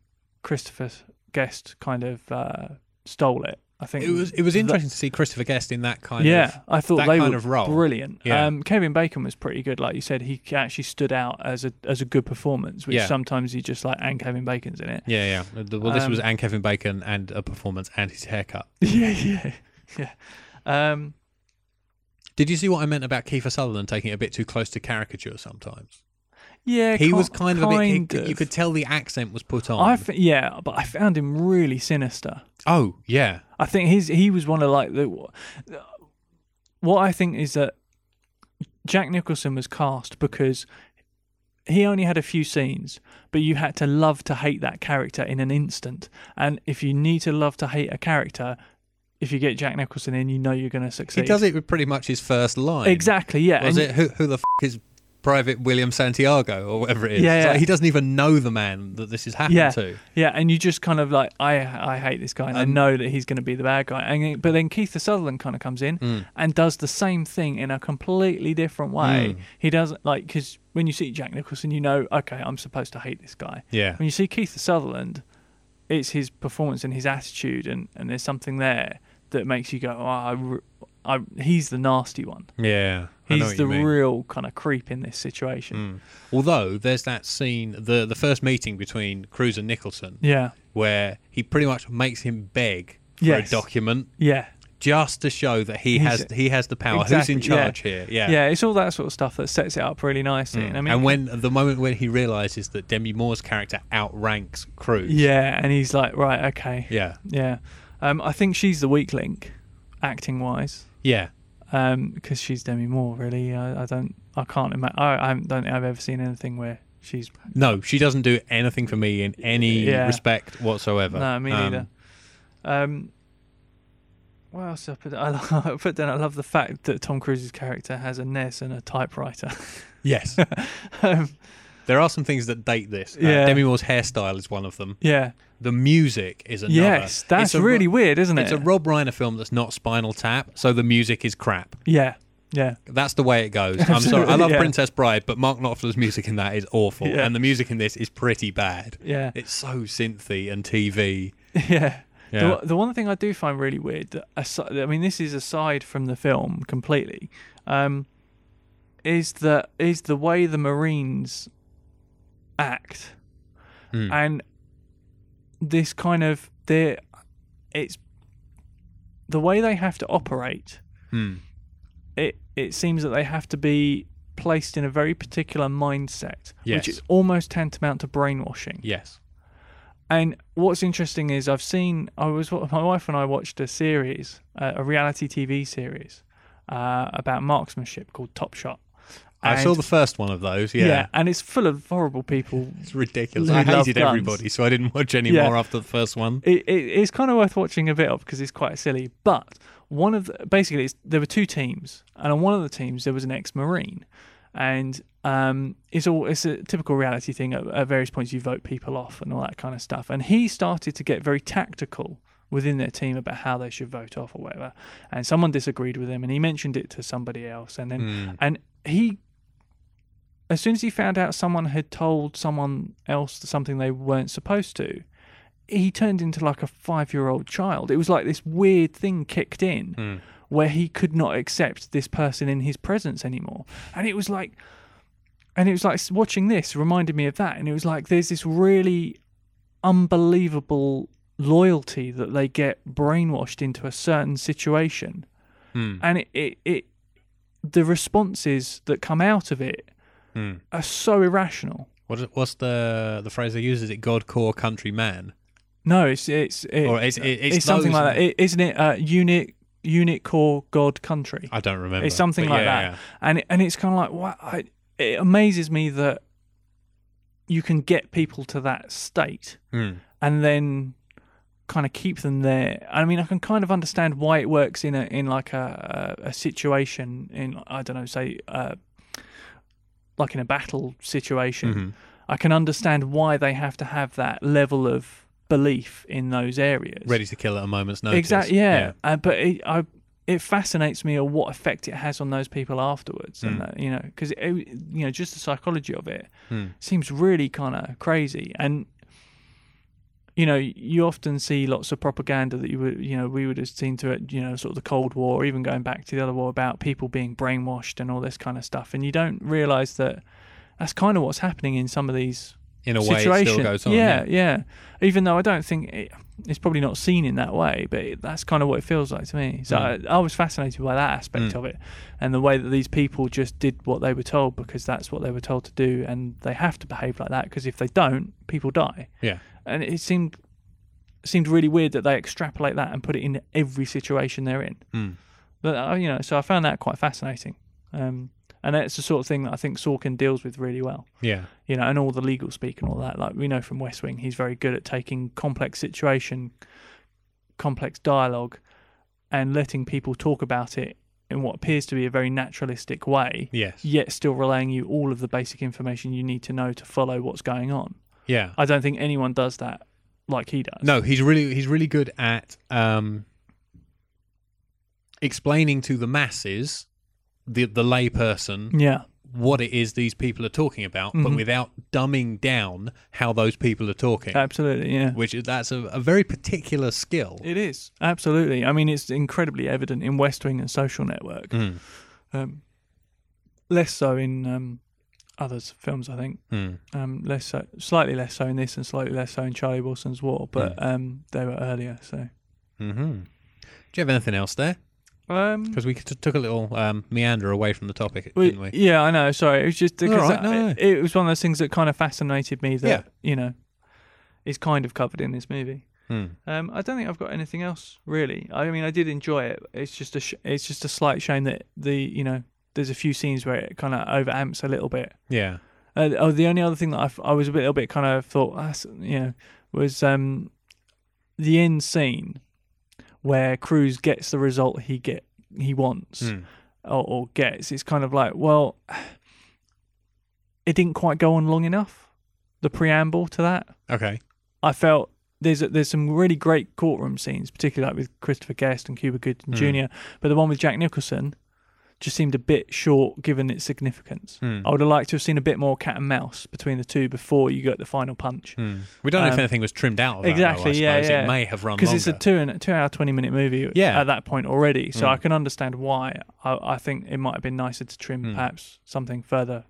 Christopher Guest kind of uh, stole it. I I think
It was it was
that-
interesting to see Christopher Guest in that kind
yeah,
of
I thought
that
they
kind
were
of role.
brilliant.
Yeah.
Um, Kevin Bacon was pretty good, like you said. He actually stood out as a as a good performance, which
Yeah.
sometimes you just like, and Kevin Bacon's in it.
yeah, yeah. The- Well, this
Um,
was and Kevin Bacon and a performance and his haircut.
Yeah, yeah, yeah. Um,
Did you see what I meant about Kiefer Sutherland taking it a bit too close to caricature sometimes?
yeah,
He
ki-
was kind of a bit.
kind
He, You
of.
could tell the accent was put on.
I th- yeah, but I found him really sinister.
oh yeah,
I think his he was one of like the what I think is that Jack Nicholson was cast because he only had a few scenes, but you had to love to hate that character in an instant. And if you need to love to hate a character, if you get Jack Nicholson in, you know you're going to
he
succeed.
does it with pretty much his first line.
exactly, yeah.
Was
and
it who, who the f- is Private William Santiago or whatever it is?
Yeah,
It's
yeah.
like he doesn't even know the man that this has happened
Yeah.
to.
Yeah, and you just kind of like, I I hate this guy, and I
Um,
know that he's going to be the bad guy. And but then Keith Sutherland kind of comes in
Mm.
and does the same thing in a completely different
Mm.
way. He doesn't like because when you see Jack Nicholson, you know, okay, I'm supposed to hate this guy.
Yeah,
When you see Keith Sutherland, it's his performance and his attitude, and and there's something there that makes you go, oh, I, re- I he's the nasty one.
yeah. I know
He's
what
the
you mean. Mm.
real kind of creep in this situation.
Although there's that scene, the the first meeting between Cruz and Nicholson,
Yeah,
where he pretty much makes him beg for
Yes.
a document
yeah.
just to show that he
He's-
has he has the power. Who's
Exactly,
in
yeah.
charge here? Yeah. Mm.
Yeah, it's all that sort of stuff that sets it up really nicely. And I mean,
and when the moment when he realizes that Demi Moore's character outranks Cruz,
Yeah, and he's like, right, okay, yeah.
yeah,
Um, I think she's the weak link, acting wise,
yeah,
because she's Demi Moore. Really, I, I don't, I can't imagine. I, I don't think I've ever seen anything where she's.
no, she doesn't do anything for me in any
Yeah.
respect whatsoever.
No, me
Um,
neither. Um, what else did I put? I, lo- I put down. I love the fact that Tom Cruise's character has a NES and a typewriter.
Yes,
um,
there are some things that date this. Uh,
Yeah.
Demi Moore's hairstyle is one of them.
yeah.
The music is another.
Yes, that's
It's a ro-
really weird, isn't it?
It's a Rob Reiner film that's not Spinal Tap, so the music is crap.
yeah, yeah.
That's the way it goes. I'm sorry.
Absolutely,
I love
yeah.
Princess Bride, but Mark Knopfler's music in that is awful,
Yeah.
and the music in this is pretty bad.
Yeah.
It's so synthy and TV.
Yeah.
Yeah.
The, the one thing I do find really weird, that asi- I mean, this is aside from the film completely, um, is the is the way the Marines act,
Hmm.
and this kind of they, it's the way they have to operate.
Hmm.
It it seems that they have to be placed in a very particular mindset,
Yes.
which is almost tantamount to brainwashing.
Yes.
And what's interesting is I've seen I was my wife and I watched a series, uh, a reality TV series uh, about marksmanship called Top Shot.
I
And-
saw the first one of those. Yeah.
and it's full of horrible people.
It's ridiculous.
Who
I
love
hated
guns.
everybody, so I didn't watch any
Yeah.
more after the first one.
It, it, it's kind of worth watching a bit of because it's quite silly. But one of the, basically it's, there were two teams, and on one of the teams there was an ex-marine, and um, it's all it's a typical reality thing. At, at various points you vote people off and all that kind of stuff. And he started to get very tactical within their team about how they should vote off or whatever. And someone disagreed with him, and he mentioned it to somebody else, and then and he as soon as he found out someone had told someone else something they weren't supposed to, he turned into like a five year old child. It was like this weird thing kicked in where he could not accept this person in his presence anymore. And it was like, and it was like watching this reminded me of that. And it was like, there's this really unbelievable loyalty that they get brainwashed into a certain situation.
Hmm.
And it, it, it, the responses that come out of it are so irrational.
What is, what's the the phrase they use? Is it God, core, country, man?
No, it's it's it-
Or it's- it- it's
something
those-
like that, It- isn't it? Uh, unit unit core god country.
I don't remember.
It's something
But
like
yeah,
that, and it, and it's kind of like wow. I, it amazes me that you can get people to that state
yeah. Hmm.
and then kind of keep them there. I mean, I can kind of understand why it works in a in like a a, a situation in I don't know, say uh, like in a battle situation.
Mm-hmm.
I can understand why they have to have that level of belief in those areas.
Ready to kill at a moment's notice.
Exactly. Yeah. Uh, but it, I, it fascinates me on what effect it has on those people afterwards, and that, you know, because you know, just the psychology of it seems really kind of crazy, and you know, you often see lots of propaganda that you would, you know, we would have seen to it, you know, sort of the Cold War, or even going back to the other war about people being brainwashed and all this kind of stuff. And you don't realize that that's kind of what's happening in some of these
In a way, it
situations.
still goes on.
yeah, yeah, Even though I don't think it, it's probably not seen in that way, but it, that's kind of what it feels like to me. So
Mm.
I, I was fascinated by that aspect
Mm.
of it and the way that these people just did what they were told because that's what they were told to do and they have to behave like that because if they don't, people die
yeah.
and it seemed seemed really weird that they extrapolate that and put it in every situation they're in.
Mm.
But uh, you know, so I found that quite fascinating, um, and that's the sort of thing that I think Sorkin deals with really well.
Yeah.
You know, and all the legal speak and all that. Like we know from West Wing, he's very good at taking complex situation, complex dialogue, and letting people talk about it in what appears to be a very naturalistic way.
Yes.
Yet still relaying you all of the basic information you need to know to follow what's going on.
Yeah.
I don't think anyone does that like he does.
No, he's really he's really good at um, explaining to the masses, the the layperson,
Yeah.
what it is these people are talking about, but
Mhm.
without dumbing down how those people are talking.
Absolutely. Yeah.
which is that's a, a very particular skill.
It is absolutely. I mean, it's incredibly evident in West Wing and Social Network.
Mm,
Um, less so in um, others films, I think.
mm.
Um, less so, slightly less so in this, and slightly less so in Charlie Wilson's War. But um, they were earlier, so.
hmm Do you have anything else there?
Um,
Because we t- took a little um, meander away from the topic,
we-
didn't we?
yeah, I know. Sorry, it was just
All
because
right,
I-
no, no.
it, was one of those things that kind of fascinated me. That you know, is kind of covered in this movie.
Mm.
Um, I don't think I've got anything else really. I mean, I did enjoy it. It's just a sh- it's just a slight shame that the you know there's a few scenes where it kind of overamps a little bit.
Yeah.
Uh, oh, the only other thing that I, f- I was a bit, little bit kind of thought "Ah, that's you know was um the end scene where Cruz gets the result he get he wants
Mm.
or, or gets. It's kind of like well, it didn't quite go on long enough. The preamble to that.
Okay.
I felt there's there's some really great courtroom scenes, particularly like with Christopher Guest and Cuba Gooding
Mm.
Jr. But the one with Jack Nicholson just seemed a bit short given its significance.
Mm.
I would have liked to have seen a bit more cat and mouse between the two before you got the final punch.
Mm. We don't know if
Um,
anything was trimmed out of that, though,
exactly,
I
yeah,
suppose. It
yeah.
may have run
Because it's a
longer.
two and two hour twenty minute movie
Yeah.
at that point already, so
Mm.
I can understand why. I, I think it might have been nicer to trim
Mm.
perhaps something further,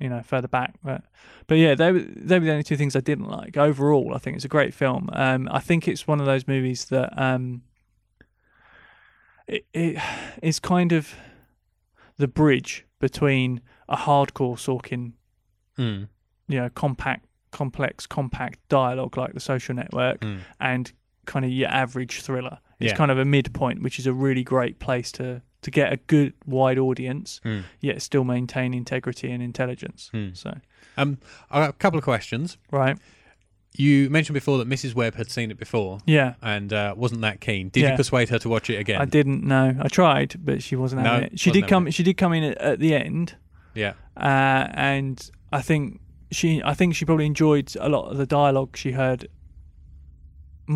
you know, further back. But but yeah, they were they were the only two things I didn't like. Overall, I think it's a great film. Um, I think it's one of those movies that um, it it is kind of the bridge between a hardcore Sorkin
Mm.
you know compact complex compact dialogue like the social network
Mm.
and kind of your average thriller it's
Yeah.
kind of a midpoint which is a really great place to to get a good wide audience
Mm.
yet still maintain integrity and intelligence
Mm.
so
Um, I got a couple of questions.
right
You mentioned before that Mrs. Webb had seen it before
yeah
and uh, wasn't that keen. Did you
Yeah.
persuade her to watch it again?
i didn't know i tried but she wasn't
No,
having it she
wasn't
did come
having
she did come in at, at the end
Yeah.
uh, and I think she I think she probably enjoyed a lot of the dialogue she heard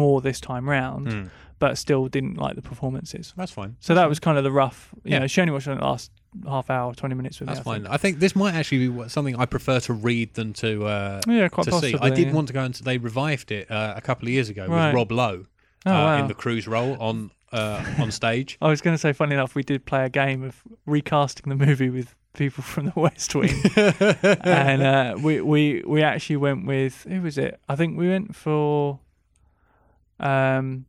more this time round,
Mm.
but still didn't like the performances.
That's fine.
So that was kind of the rough. You
Yeah.
know, she only watched it in the last half hour, twenty minutes with
That's
me. I
fine.
think.
I think this might actually be what- something I prefer to read than to uh,
Yeah, quite
to
possibly.
see. I did
yeah.
want to go into. They revived it uh, a couple of years ago
Right.
with Rob Lowe
Oh,
uh,
wow.
in the cruise role on uh, on stage.
I was going to say, funny enough, we did play a game of recasting the movie with people from the West Wing, and uh, we we we actually went with who was it? I think we went for, um,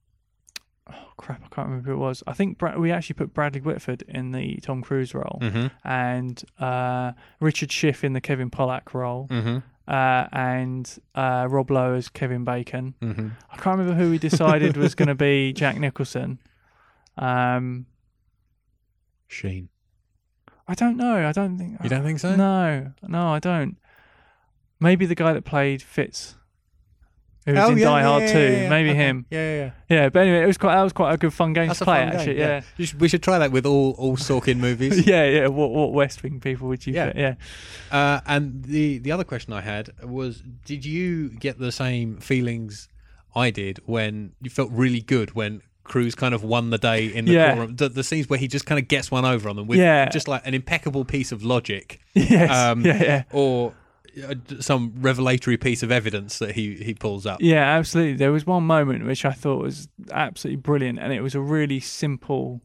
oh crap, I can't remember who it was. I think Bra- we actually put Bradley Whitford in the Tom Cruise role,
hmm
and uh, Richard Schiff in the Kevin Pollack role,
hmm
uh, and uh, Rob Lowe as Kevin Bacon.
hmm
I can't remember who we decided was going to be Jack Nicholson. Um,
Sheen.
I don't know. I don't think.
You don't think so?
No, no, I don't. Maybe the guy that played Fitz, who was
Oh,
in
yeah,
Die
yeah,
Hard
yeah,
Two.
yeah, yeah.
Maybe
Okay.
him.
Yeah, yeah. yeah.
Yeah, but anyway, it was quite. That was quite a good fun game
That's
to
a
play.
fun game,
Actually, yeah.
You should- we should try that with all all Sorkin movies.
Yeah, yeah. What, what West Wing people would you?
Yeah.
Yeah, yeah.
Uh, and the the other question I had was, did you get the same feelings I did when you felt really good when Cruz kind of won the day in the
Yeah.
courtroom? The, the scenes where he just kind of gets one over on them with
Yeah.
just like an impeccable piece of logic,
Yes.
Um,
yeah, yeah.
or uh, d- some revelatory piece of evidence that he he pulls up.
Yeah, absolutely. There was one moment which I thought was absolutely brilliant, and it was a really simple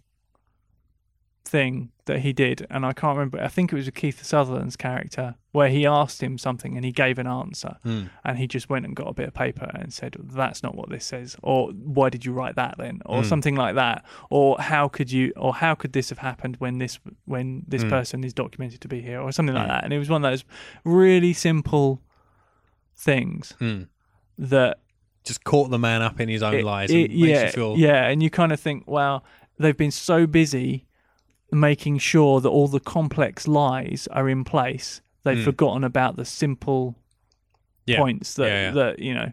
thing that he did. And I can't remember, I think it was with Keith Sutherland's character, where he asked him something and he gave an answer.
Hmm.
And he just went and got a bit of paper and said, That's not what this says. Or why did you write that then? Or something like that. Or how could you, or how could this have happened when this, when this person is documented to be here? Or something like that. And it was one of those really simple things
Mm.
that
Just caught the man up in his own
it-
lies.
it-
and makes
yeah,
you feel
yeah, and you kind of think, well, they've been so busy making sure that all the complex lies are in place, they've forgotten about the simple
Hmm. Yeah.
points that
Yeah, yeah.
that you know.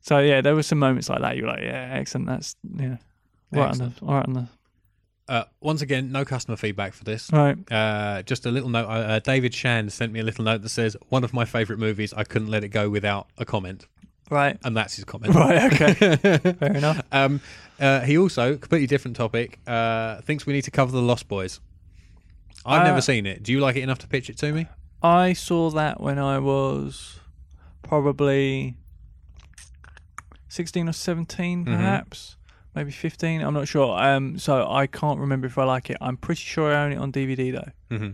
So yeah, there were some moments like that. You were like, yeah, excellent. That's yeah, right
Excellent.
on the, right on the,
Uh, once again, no customer feedback for this.
right.
Uh, just a little note. Uh, uh, David Shan sent me a little note that says, "One of my favourite movies. I couldn't let it go without a comment,"
Right.
and that's his comment.
Right, okay. Fair enough.
Um, uh, he also completely different topic. Uh, thinks we need to cover the Lost Boys. I've
Uh,
never seen it. Do you like it enough to pitch it to me?
I saw that when I was probably 16 or 17,
Mm-hmm.
perhaps, maybe 15. I'm not sure. Um, so I can't remember if I like it. I'm pretty sure I own it on DVD though.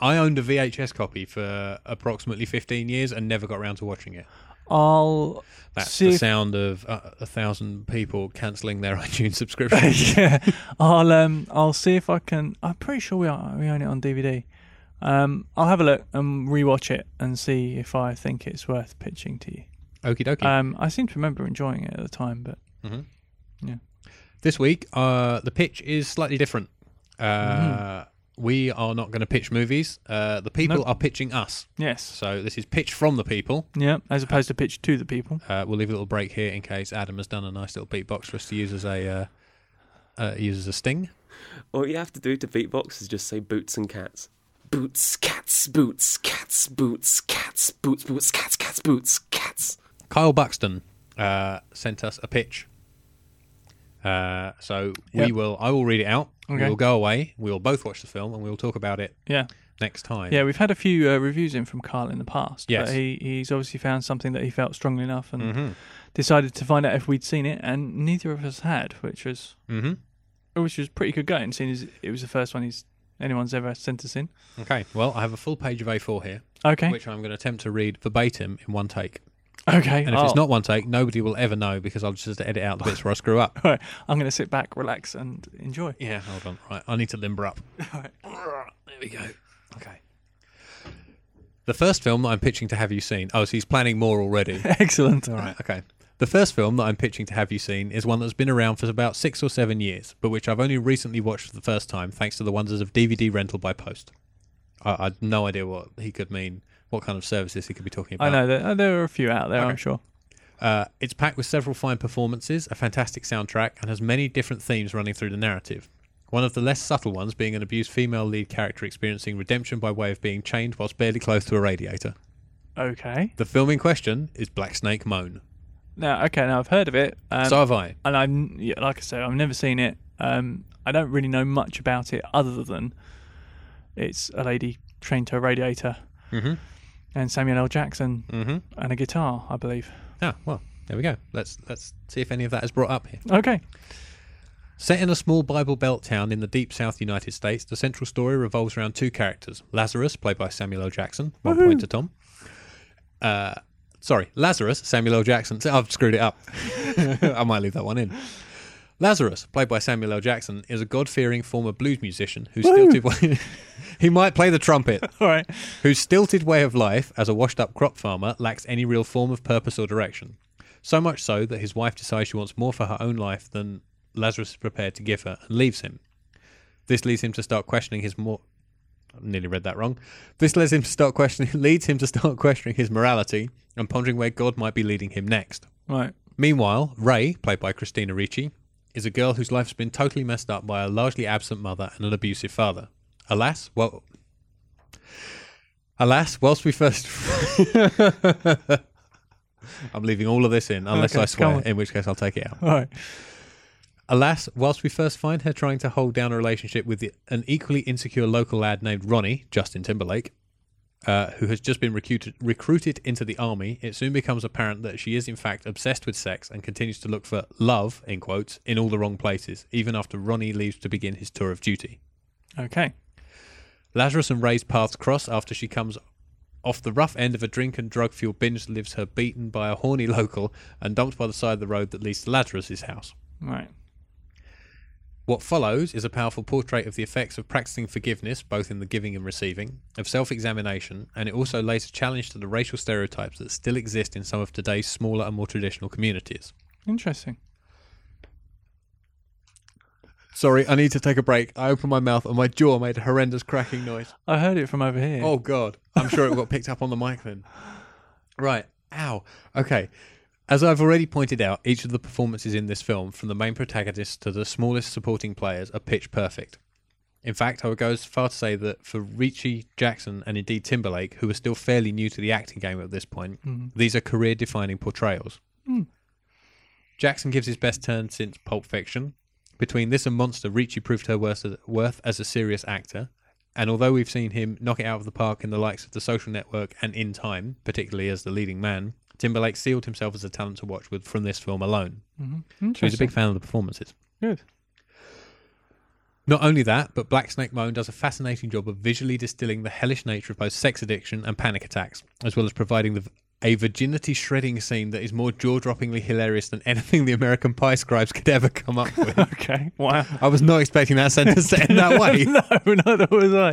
I owned a VHS copy for approximately 15 years and never got around to watching it.
I'll
That's
see.
the
if-
sound of uh, a thousand people cancelling their iTunes subscription.
yeah, I'll um, I'll see if I can. I'm pretty sure we are, we own it on DVD. Um, I'll have a look and rewatch it and see if I think it's worth pitching to you.
Okie dokie.
Um, I seem to remember enjoying it at the time, but
this week, uh, the pitch is slightly different. Uh, We are not going to pitch movies. Uh, the people
Nope.
are pitching us.
yes,
So this is pitch from the people.
yeah, as opposed to pitch to the people.
Uh, we'll leave a little break here in case Adam has done a nice little beatbox for us to use as a uh, uh, use as a sting.
All you have to do to beatbox is just say boots and cats. Boots, cats, boots, cats, boots, cats, boots, boots, cats, cats, boots, cats.
Kyle Buxton uh, sent us a pitch. Uh, so we
Yep.
will. I will read it out.
Okay.
We will go away. We will both watch the film, and we will talk about it
Yeah.
next time.
Yeah, we've had a few uh, reviews in from Carl in the past.
Yes. Mm-hmm.
But he, he's obviously found something that he felt strongly enough and decided to find out if we'd seen it, and neither of us had, which was
hmm
which was pretty good going, seeing as it was the first one he's anyone's ever sent us in.
Okay. Well, I have a full page of A4 here,
Okay.
which I'm going to attempt to read verbatim in one take.
okay. Oh.
And if it's
I'll-
not one take, nobody will ever know because I'll just edit out the bits where I screw up.
All right, I'm going to sit back, relax, and enjoy.
Yeah. Hold on. Right. I need to limber up.
Alright.
There we go. Okay. The first film that I'm pitching to have you seen. Oh, so he's planning more already.
Excellent.
All right, okay. The first film that I'm pitching to have you seen is one that's been around for about six or seven years, but which I've only recently watched for the first time thanks to the wonders of DVD rental by post. I, I'd no idea what he could mean, what kind of services he could be talking about.
I know that uh, there are a few out there, I'm sure.
Uh, it's packed with several fine performances, a fantastic soundtrack, and has many different themes running through the narrative. One of the less subtle ones being an abused female lead character experiencing redemption by way of being chained whilst barely close to a radiator.
Okay.
The film in question is Black Snake Moan.
Now, okay, now I've heard of it. Um,
so have I.
and I'm yeah, like I said, I've never seen it. Um, I don't really know much about it other than it's a lady trained to a radiator,
Mm-hmm.
and Samuel L. Jackson and a guitar, I believe.
Ah, well, there we go. Let's let's see if any of that is brought up here.
Okay,
Set in a small Bible Belt town in the deep south United States, the central story revolves around two characters Lazarus, played by Samuel L. Jackson, one point to Tom. Uh, sorry, Lazarus, Samuel L. Jackson. I've screwed it up. I might leave that one in. Lazarus, played by Samuel L. Jackson, is a God fearing former blues musician whose stilted way. he might play the trumpet
all right,
whose stilted way of life as a washed up crop farmer lacks any real form of purpose or direction. So much so that his wife decides she wants more for her own life than Lazarus is prepared to give her and leaves him. This leads him to start questioning his more. I nearly read that wrong. This leads him to start questioning leads him to start questioning his morality and pondering where God might be leading him next.
right,
Meanwhile, Ray, played by Christina Ricci, is a girl whose life's been totally messed up by a largely absent mother and an abusive father. Alas, well. Alas, whilst we first. I'm leaving all of this in, unless
Okay,
I
come
swear,
on.
in which case I'll take it out.
all right.
Alas, whilst we first find her trying to hold down a relationship with the, an equally insecure local lad named Ronnie, Justin Timberlake, uh, who has just been recruited, recruited into the army, it soon becomes apparent that she is in fact obsessed with sex and continues to look for love, in quotes, in all the wrong places, even after Ronnie leaves to begin his tour of duty.
Okay.
Lazarus and Ray's paths cross after she comes off the rough end of a drink and drug fueled binge that leaves her beaten by a horny local and dumped by the side of the road that leads to Lazarus's house.
Right.
What follows is a powerful portrait of the effects of practicing forgiveness, both in the giving and receiving, of self examination, and it also lays a challenge to the racial stereotypes that still exist in some of today's smaller and more traditional communities.
Interesting.
Sorry, I need to take a break. I opened my mouth and my jaw made a horrendous cracking noise.
I heard it from over here.
Oh, God. I'm sure it got picked up on the mic then. Right. Ow. Okay. As I've already pointed out, each of the performances in this film, from the main protagonist to the smallest supporting players, are pitch perfect. In fact, I would go as far to say that for Ricci, Jackson, and indeed Timberlake, who are still fairly new to the acting game at this point, these are career defining portrayals. Jackson gives his best turn since Pulp Fiction. Between this and Monster, Ricci proved her worth as, worth as a serious actor. And although we've seen him knock it out of the park in the likes of The Social Network and In Time, particularly as the leading man, Timberlake sealed himself as a talent to watch with from this film alone. So he's a
Interesting.
big fan of the performances.
Good.
Not only that, but Black Snake Moan does a fascinating job of visually distilling the hellish nature of both sex addiction and panic attacks, as well as providing the, a virginity shredding scene that is more jaw droppingly hilarious than anything the American Pie scribes could ever come up with.
Okay. Wow.
I was not expecting that sentence to end that way.
no, neither was I.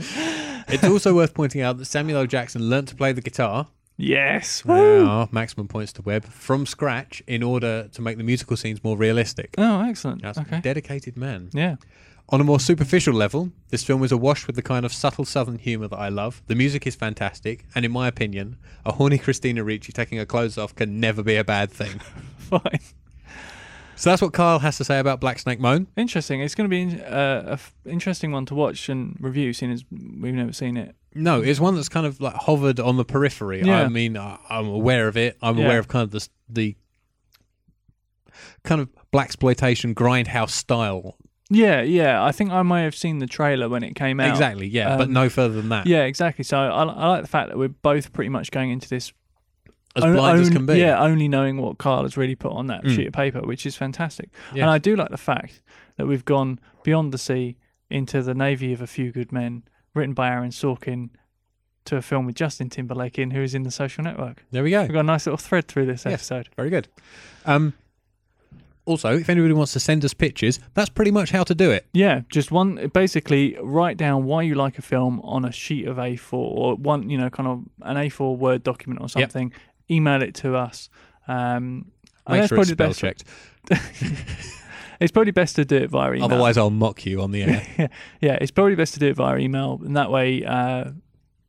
It's also worth pointing out that Samuel L. Jackson learnt to play the guitar,
Yes.
there
Woo.
are maximum points to Webb, from scratch in order to make the musical scenes more realistic.
Oh, excellent.
That's
okay.
a dedicated man.
yeah.
On a more superficial level, this film is awash with the kind of subtle southern humour that I love. The music is fantastic, and in my opinion, a horny Christina Ricci taking her clothes off can never be a bad thing.
Fine.
so that's what Kyle has to say about Black Snake Moan.
Interesting. It's going to be uh, an interesting one to watch and review, seeing as we've never seen it.
No, it's one that's kind of like hovered on the periphery. I
Yeah.
mean, I, I'm aware of it. I'm
Yeah.
aware of kind of the s- the kind of black exploitation grindhouse style.
Yeah, yeah. I think I may have seen the trailer when it came out.
Exactly, yeah, but
Um,
no further than that.
Yeah, exactly. So I, I like the fact that we're both pretty much going into this
as
on-
blind as
on-
can be. Mm.
Yeah, only knowing what Carl has really put on that sheet of paper, which is fantastic.
Yes.
And I do like the fact that we've gone beyond the sea into the navy of a few good men, written by Aaron Sorkin, to a film with Justin Timberlake in, who is in the Social Network.
There we go.
We've got a nice little thread through this episode.
Very good. Um, also, if anybody wants to send us pictures, that's pretty much how to do it.
Yeah, just one. Basically, write down why you like a film on a sheet of A4 or one, you know, kind of an A4 word document or
Yep.
something. Email it to us. Um, and
Make
that's
sure it's
probably
spell
best-
checked.
It's probably best to do it via email.
Otherwise, I'll mock you on the air.
yeah, it's probably best to do it via email, and that way uh,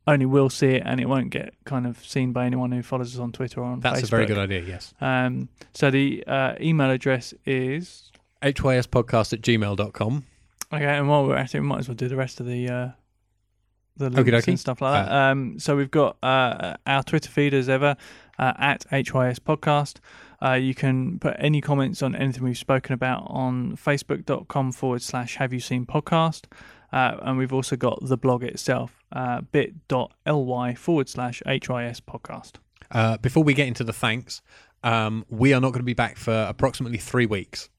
only we'll see it, and it won't get kind of seen by anyone who follows us on Twitter or on
That's
Facebook.
a very good idea, yes.
Um, so the uh, email address is
HYSpodcast at gmail.com.
okay, and while we're at it, we might as well do the rest of the uh, the links
Okie dokie.
and stuff like that. um, so we've got uh, our Twitter feed as ever uh, at HYS Podcast. Uh, you can put any comments on anything we've spoken about on facebook.com forward slash have you seen podcast. Uh, and we've also got the blog itself, uh, bit.ly forward slash HIS podcast.
Uh, before we get into the thanks, um, we are not going to be back for approximately three weeks.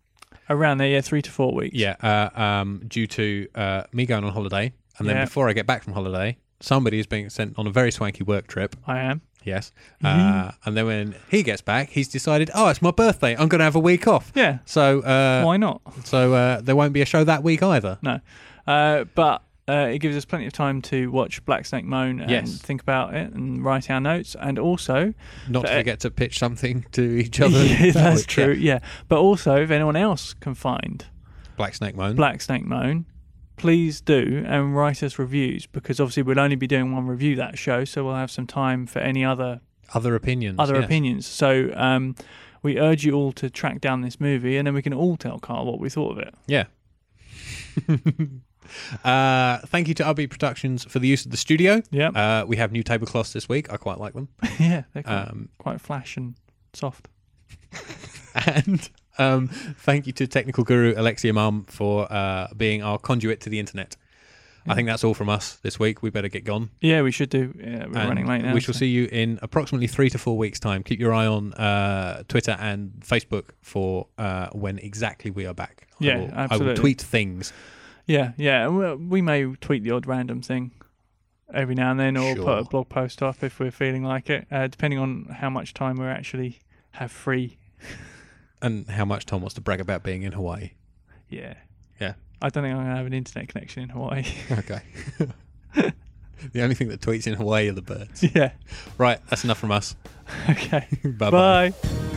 Around there, yeah, three to four weeks.
Yeah, uh, um, due to uh, me going on holiday. And then
Yeah.
before I get back from holiday, somebody is being sent on a very swanky work trip.
I am.
Yes.
Mm-hmm.
Uh, and then when he gets back, he's decided, oh, it's my birthday. I'm going to have a week off.
Yeah.
So uh,
Why not?
So uh, there won't be a show that week either.
No. Uh, but uh, it gives us plenty of time to watch Black Snake Moan and
Yes.
think about it and write our notes. And also,
Not to
Uh,
forget to pitch something to each other.
yeah, that's
Yeah.
true. Yeah. But also, if anyone else can find
Black Snake Moan.
Black Snake Moan, please do and write us reviews because obviously we'll only be doing one review that show, so we'll have some time for any other
Other opinions.
other
yes.
opinions. So um, we urge you all to track down this movie, and then we can all tell Carl what we thought of it.
Yeah. uh, thank you to Ubby Productions for the use of the studio.
Yep.
Uh, we have new tablecloths this week. I quite like them.
yeah, they're quite,
Um,
quite flash and soft.
and um, thank you to technical guru Alexia Mum for uh, being our conduit to the internet. I think that's all from us this week. We better get gone.
Yeah, we should do. Yeah,
And
we're running late now.
We shall
so-
see you in approximately three to four weeks' time. Keep your eye on uh, Twitter and Facebook for uh, when exactly we are back.
Yeah,
I will, I
absolutely.
will tweet things.
Yeah, yeah. and we- We may tweet the odd random thing every now and then, or put
Sure.
a blog post up if we're feeling like it, uh, depending on how much time we actually have free.
And how much Tom wants to brag about being in Hawaii.
Yeah.
Yeah.
I don't think I'm gonna have an internet connection in Hawaii.
Okay. the only thing that tweets in Hawaii are the birds.
yeah.
Right, that's enough from us.
Okay.
Bye-bye.
Bye.